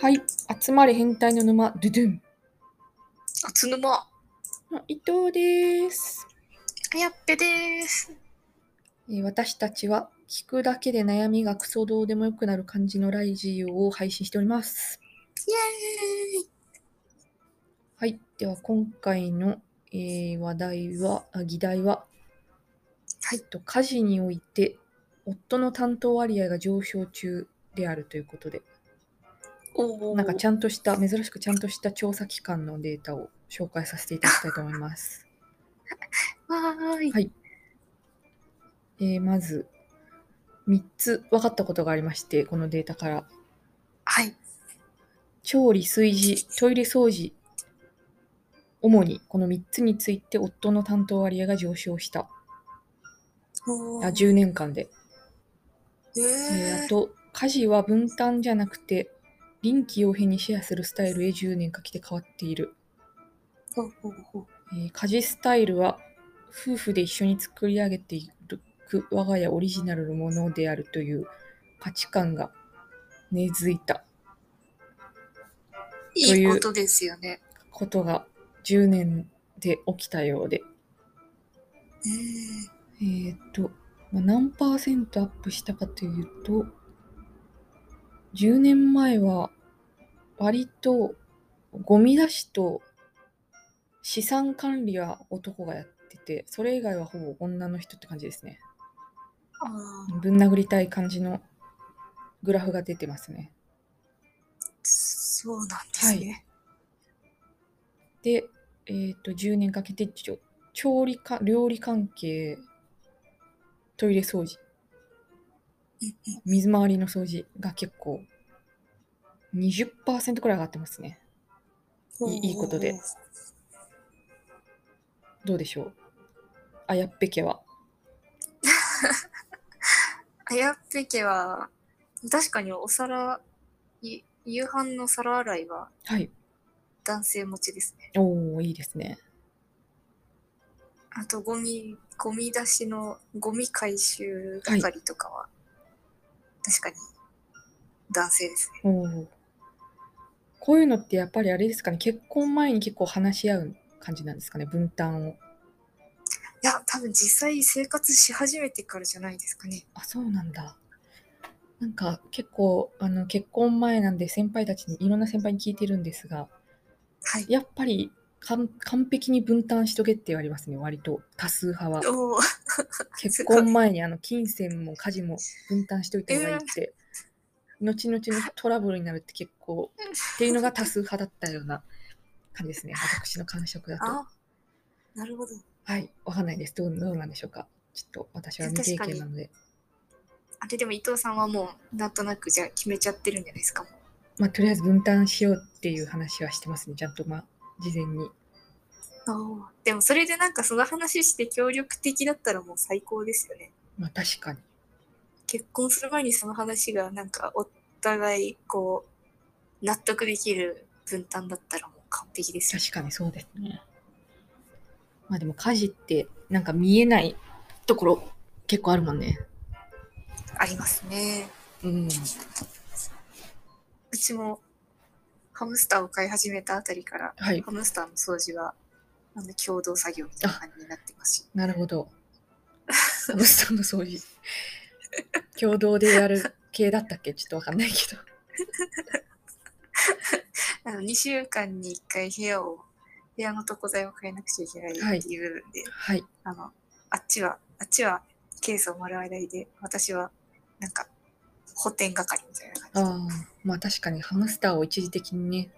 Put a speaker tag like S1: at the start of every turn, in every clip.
S1: はい、集まれ変態の沼、ドゥドゥン。
S2: あつぬま。
S1: 伊藤です、
S2: やっぺです。
S1: えー私たちは聞くだけで悩みがクソどうでもよくなる感じのライジオを配信しております。
S2: イエーイ。
S1: はい、では今回の、えー話題は、あ議題は、
S2: はい
S1: えっと、家事において夫の担当割合が上昇中であるということで、
S2: おお。
S1: なんかちゃんとした、珍しくちゃんとした調査機関のデータを紹介させていただきたいと思います。
S2: わーい。
S1: はいえーまず3つ分かったことがありましてこのデータから
S2: はい。
S1: 調理炊事トイレ掃除主にこの3つについて夫の担当割合が上昇した
S2: お
S1: あ10年間で、
S2: え
S1: えー
S2: ー
S1: あと家事は分担じゃなくて臨機応変にシェアするスタイルへ10年かけて変わっている、
S2: ほうほうほう
S1: えー家事スタイルは夫婦で一緒に作り上げている我が家オリジナルのものであるという価値観が根付いた
S2: いいことですよね。
S1: ことが10年で起きたようで、
S2: えー
S1: えーっと、まあ何パーセントアップしたかというと、10年前は割とゴミ出しと資産管理は男がやってて、それ以外はほぼ女の人って感じですね。
S2: あー
S1: ぶん殴りたい感じのグラフが出てますね。
S2: そうなんですね。
S1: で、えーっと10年かけてちょ調理か料理関係トイレ掃除
S2: うんうん
S1: 水回りの掃除が結構20%くらい上がってますねいいいことで。どうでしょうあやっぺ家は
S2: あやっぺ家は確かにお皿い夕飯の皿洗いは
S1: はい
S2: 男性持ちですね。
S1: おおいいですね
S2: あとゴミゴミ出しのゴミ回収係とかは、確かに男性ですね。
S1: おおこういうのってやっぱりあれですかね結婚前に結構話し合う感じなんですかね分担を
S2: いや、多分実際生活し始めてからじゃないですかね。
S1: あそうなんだなんか結構あの結婚前なんで先輩たちにいろんな先輩に聞いてるんですが
S2: はい。
S1: やっぱり完完璧に分担しとけって言われますね割と多数派は
S2: おー
S1: 結婚前にあの金銭も家事も分担しておいた方がいいって、後々のトラブルになるって結構っていうのが多数派だったような感じですね私の感触だと
S2: あ、なるほど。
S1: はいわかんないですどうどうなんでしょうかちょっと私は未経験なので
S2: あれでも伊藤さんはもうなんとなくじゃあ決めちゃってるんじゃないですか。
S1: まあとりあえず分担しようっていう話はしてますねちゃんとまあ事前に
S2: おーでもそれでなんかその話して協力的だったらもう最高ですよね。
S1: まあ確かに
S2: 結婚する前にその話がなんかお互いこう納得できる分担だったらもう完璧ですよ。
S1: 確かにそうですねまあでも家事ってなんか見えないところ結構あるもんね
S2: ありますね。
S1: うん
S2: うちもハムスターを飼い始めたあたりから
S1: はい
S2: ハムスターの掃除はあの共同作業みたいな感じになってますし、
S1: なるほど。ハムスターの掃除。共同でやる系だったっけちょっとわかんないけど。
S2: あの2週間に1回部屋を、部屋の床材を変えなくちゃいけないっていう部分で、
S1: はい。
S2: あの、あっちは、あっちはケースを丸洗いで、私はなんか補填係みたいな
S1: あ
S2: 感
S1: あ、まあ確かにハムスターを一時的にね、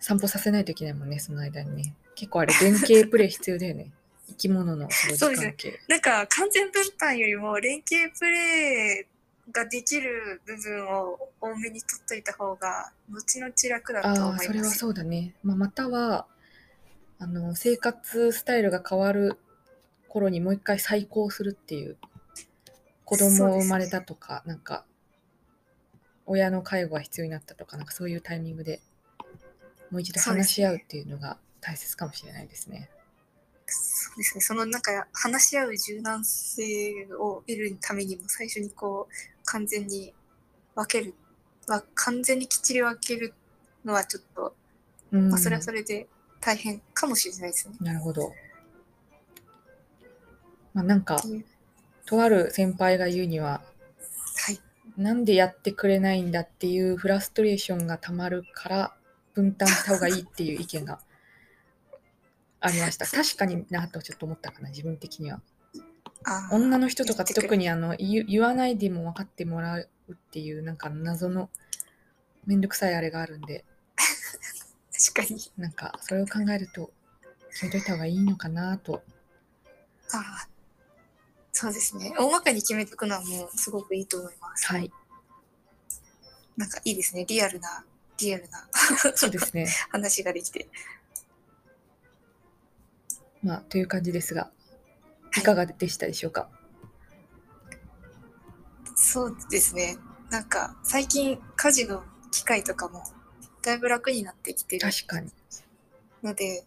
S1: 散歩させないといけないもんね、その間にね。結構あれ、連携プレイ必要だよ ね。生き物の掃除関係。
S2: じ。なんか完全分担よりも連携プレーができる部分を多めに取っといた方が、後々楽だと
S1: ああ、
S2: 思い
S1: それ
S2: ま
S1: は
S2: す。
S1: そうだね。まあ、または、あの、生活スタイルが変わる頃にもう一回再考するっていう。子
S2: そ
S1: 供
S2: うです
S1: を
S2: ね
S1: 生まれたとか、なんか、親の介護が必要になったとか、なんかそういうタイミングでもう一度
S2: そうです
S1: 話し
S2: ね
S1: 合うっていうのが大切かもしれないですね。
S2: そうですね、そのなんか話し合う柔軟性を得るためにも最初にこう完全に分けるは完全にきっちり分けるのはちょっと、
S1: うん
S2: まあ、それはそれで大変かもしれないですね。
S1: なるほど。まあ、なんか
S2: っていう
S1: とある先輩が言うには
S2: はい。
S1: なんでやってくれないんだっていうフラストレーションがたまるから分担した方がいいっていう意見がありました確かになとちょっと思ったかな自分的には
S2: あー
S1: 女の人とか
S2: 言ってくれ
S1: 特にあの言う言わないでも分かってもらうっていうなんか謎のめんどくさいあれがあるんで
S2: 確かに。
S1: なんかそれを考えると決めといた方がいいのかなと
S2: ああ。そうですね。大まかに決めておくのはもうすごくいいと思います。
S1: はい
S2: なんかいいですね。リアルな、リアルな
S1: そうですね
S2: 話ができて。
S1: まあという感じですが
S2: はい
S1: いかがでしたでしょうか、
S2: そうですね。なんか最近家事の機会とかもだいぶ楽になってきてる
S1: 確かに
S2: ので、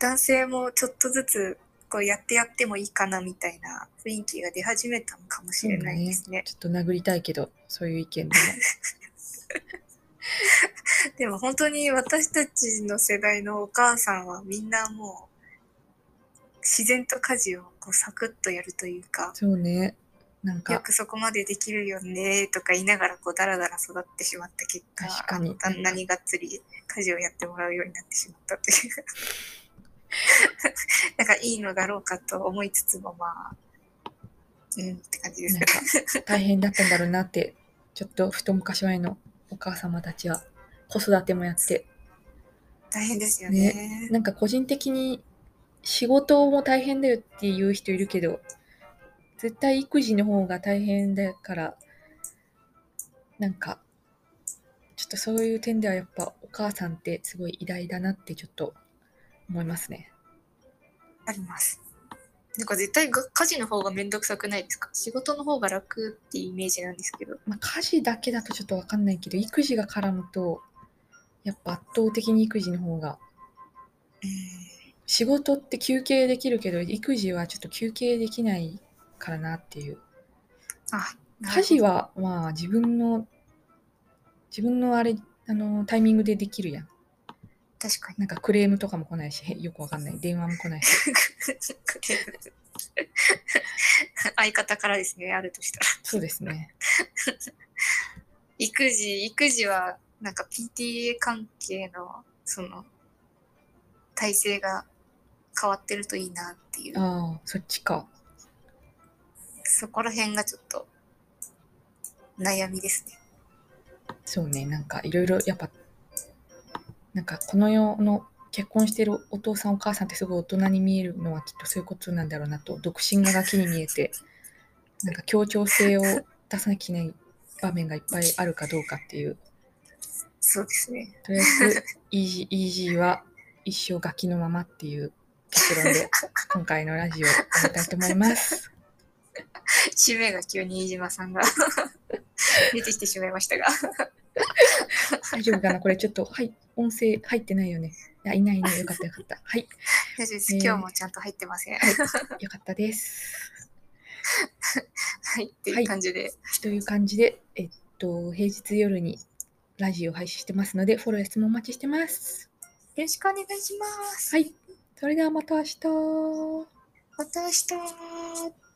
S2: 男性もちょっとずつこうやってやってもいいかなみたいな雰囲気が出始めたのかもしれないですね。
S1: ちょっと殴りたいけどそういう意見で も
S2: でも本当に私たちの世代のお母さんはみんなもう自然と家事をこうサクッとやるというか、
S1: そうね。なん
S2: よ
S1: か、
S2: くそこまでできるよねとか言いながらこうダラダラ育ってしまった結果
S1: 確かに
S2: 旦那にがっつり家事をやってもらうようになってしまったという なんかいいのだろうかと思いつつもまあうんって感じです
S1: なんか大変だったんだろうなって、ちょっと太昔前のお母様たちは子育てもやって、
S2: 大変ですよね
S1: なんか個人的に仕事も大変だよっていう人いるけど、絶対育児の方が大変だから、なんか、ちょっとそういう点ではやっぱお母さんってすごい偉大だなってちょっと思いますね。
S2: ありますなんか絶対が家事の方が面倒くさくないですか仕事の方が楽っていうイメージなんですけど
S1: まあ、家事だけだとちょっとわかんないけど育児が絡むとやっぱ圧倒的に育児の方が仕事って休憩できるけど育児はちょっと休憩できないからなっていう
S2: あなるほど
S1: 家事はまあ自分の自分のあれあのタイミングでできるやん
S2: 確かに
S1: なんかクレームとかも来ないし へよくわかんない電話も来ないし
S2: 相方からですねあるとしたら
S1: そうですね
S2: 育児育児はなんか PTA 関係のその体制が変わってるといいなっていう
S1: ああそっちか
S2: そこら辺がちょっと悩みですね
S1: そうねなんかいろいろやっぱなんかこの世の結婚してるお父さんお母さんってすごい大人に見えるのはきっとそういうことなんだろうなと独身がガキに見えてなんか協調性を出さなきゃいけない場面がいっぱいあるかどうかっていう
S2: そうですね
S1: とりあえずイージーイージーは一生ガキのままっていう結論で今回のラジオを終えたいと思います。
S2: 締めが急に飯島さんが 出てきてしまいましたが
S1: 大丈夫かなこれちょっとはい音声入ってないよね。いやいないねよかったよかった。はい
S2: 大丈夫です
S1: ねえ
S2: 今日もちゃんと入ってません
S1: よかったです。
S2: はいっていう感じで
S1: という感じで、えっと、平日夜にラジオを配信してますので、フォローや質問お待ちしてます。
S2: よろしくお願いします
S1: はい。それではまた明日。
S2: また明日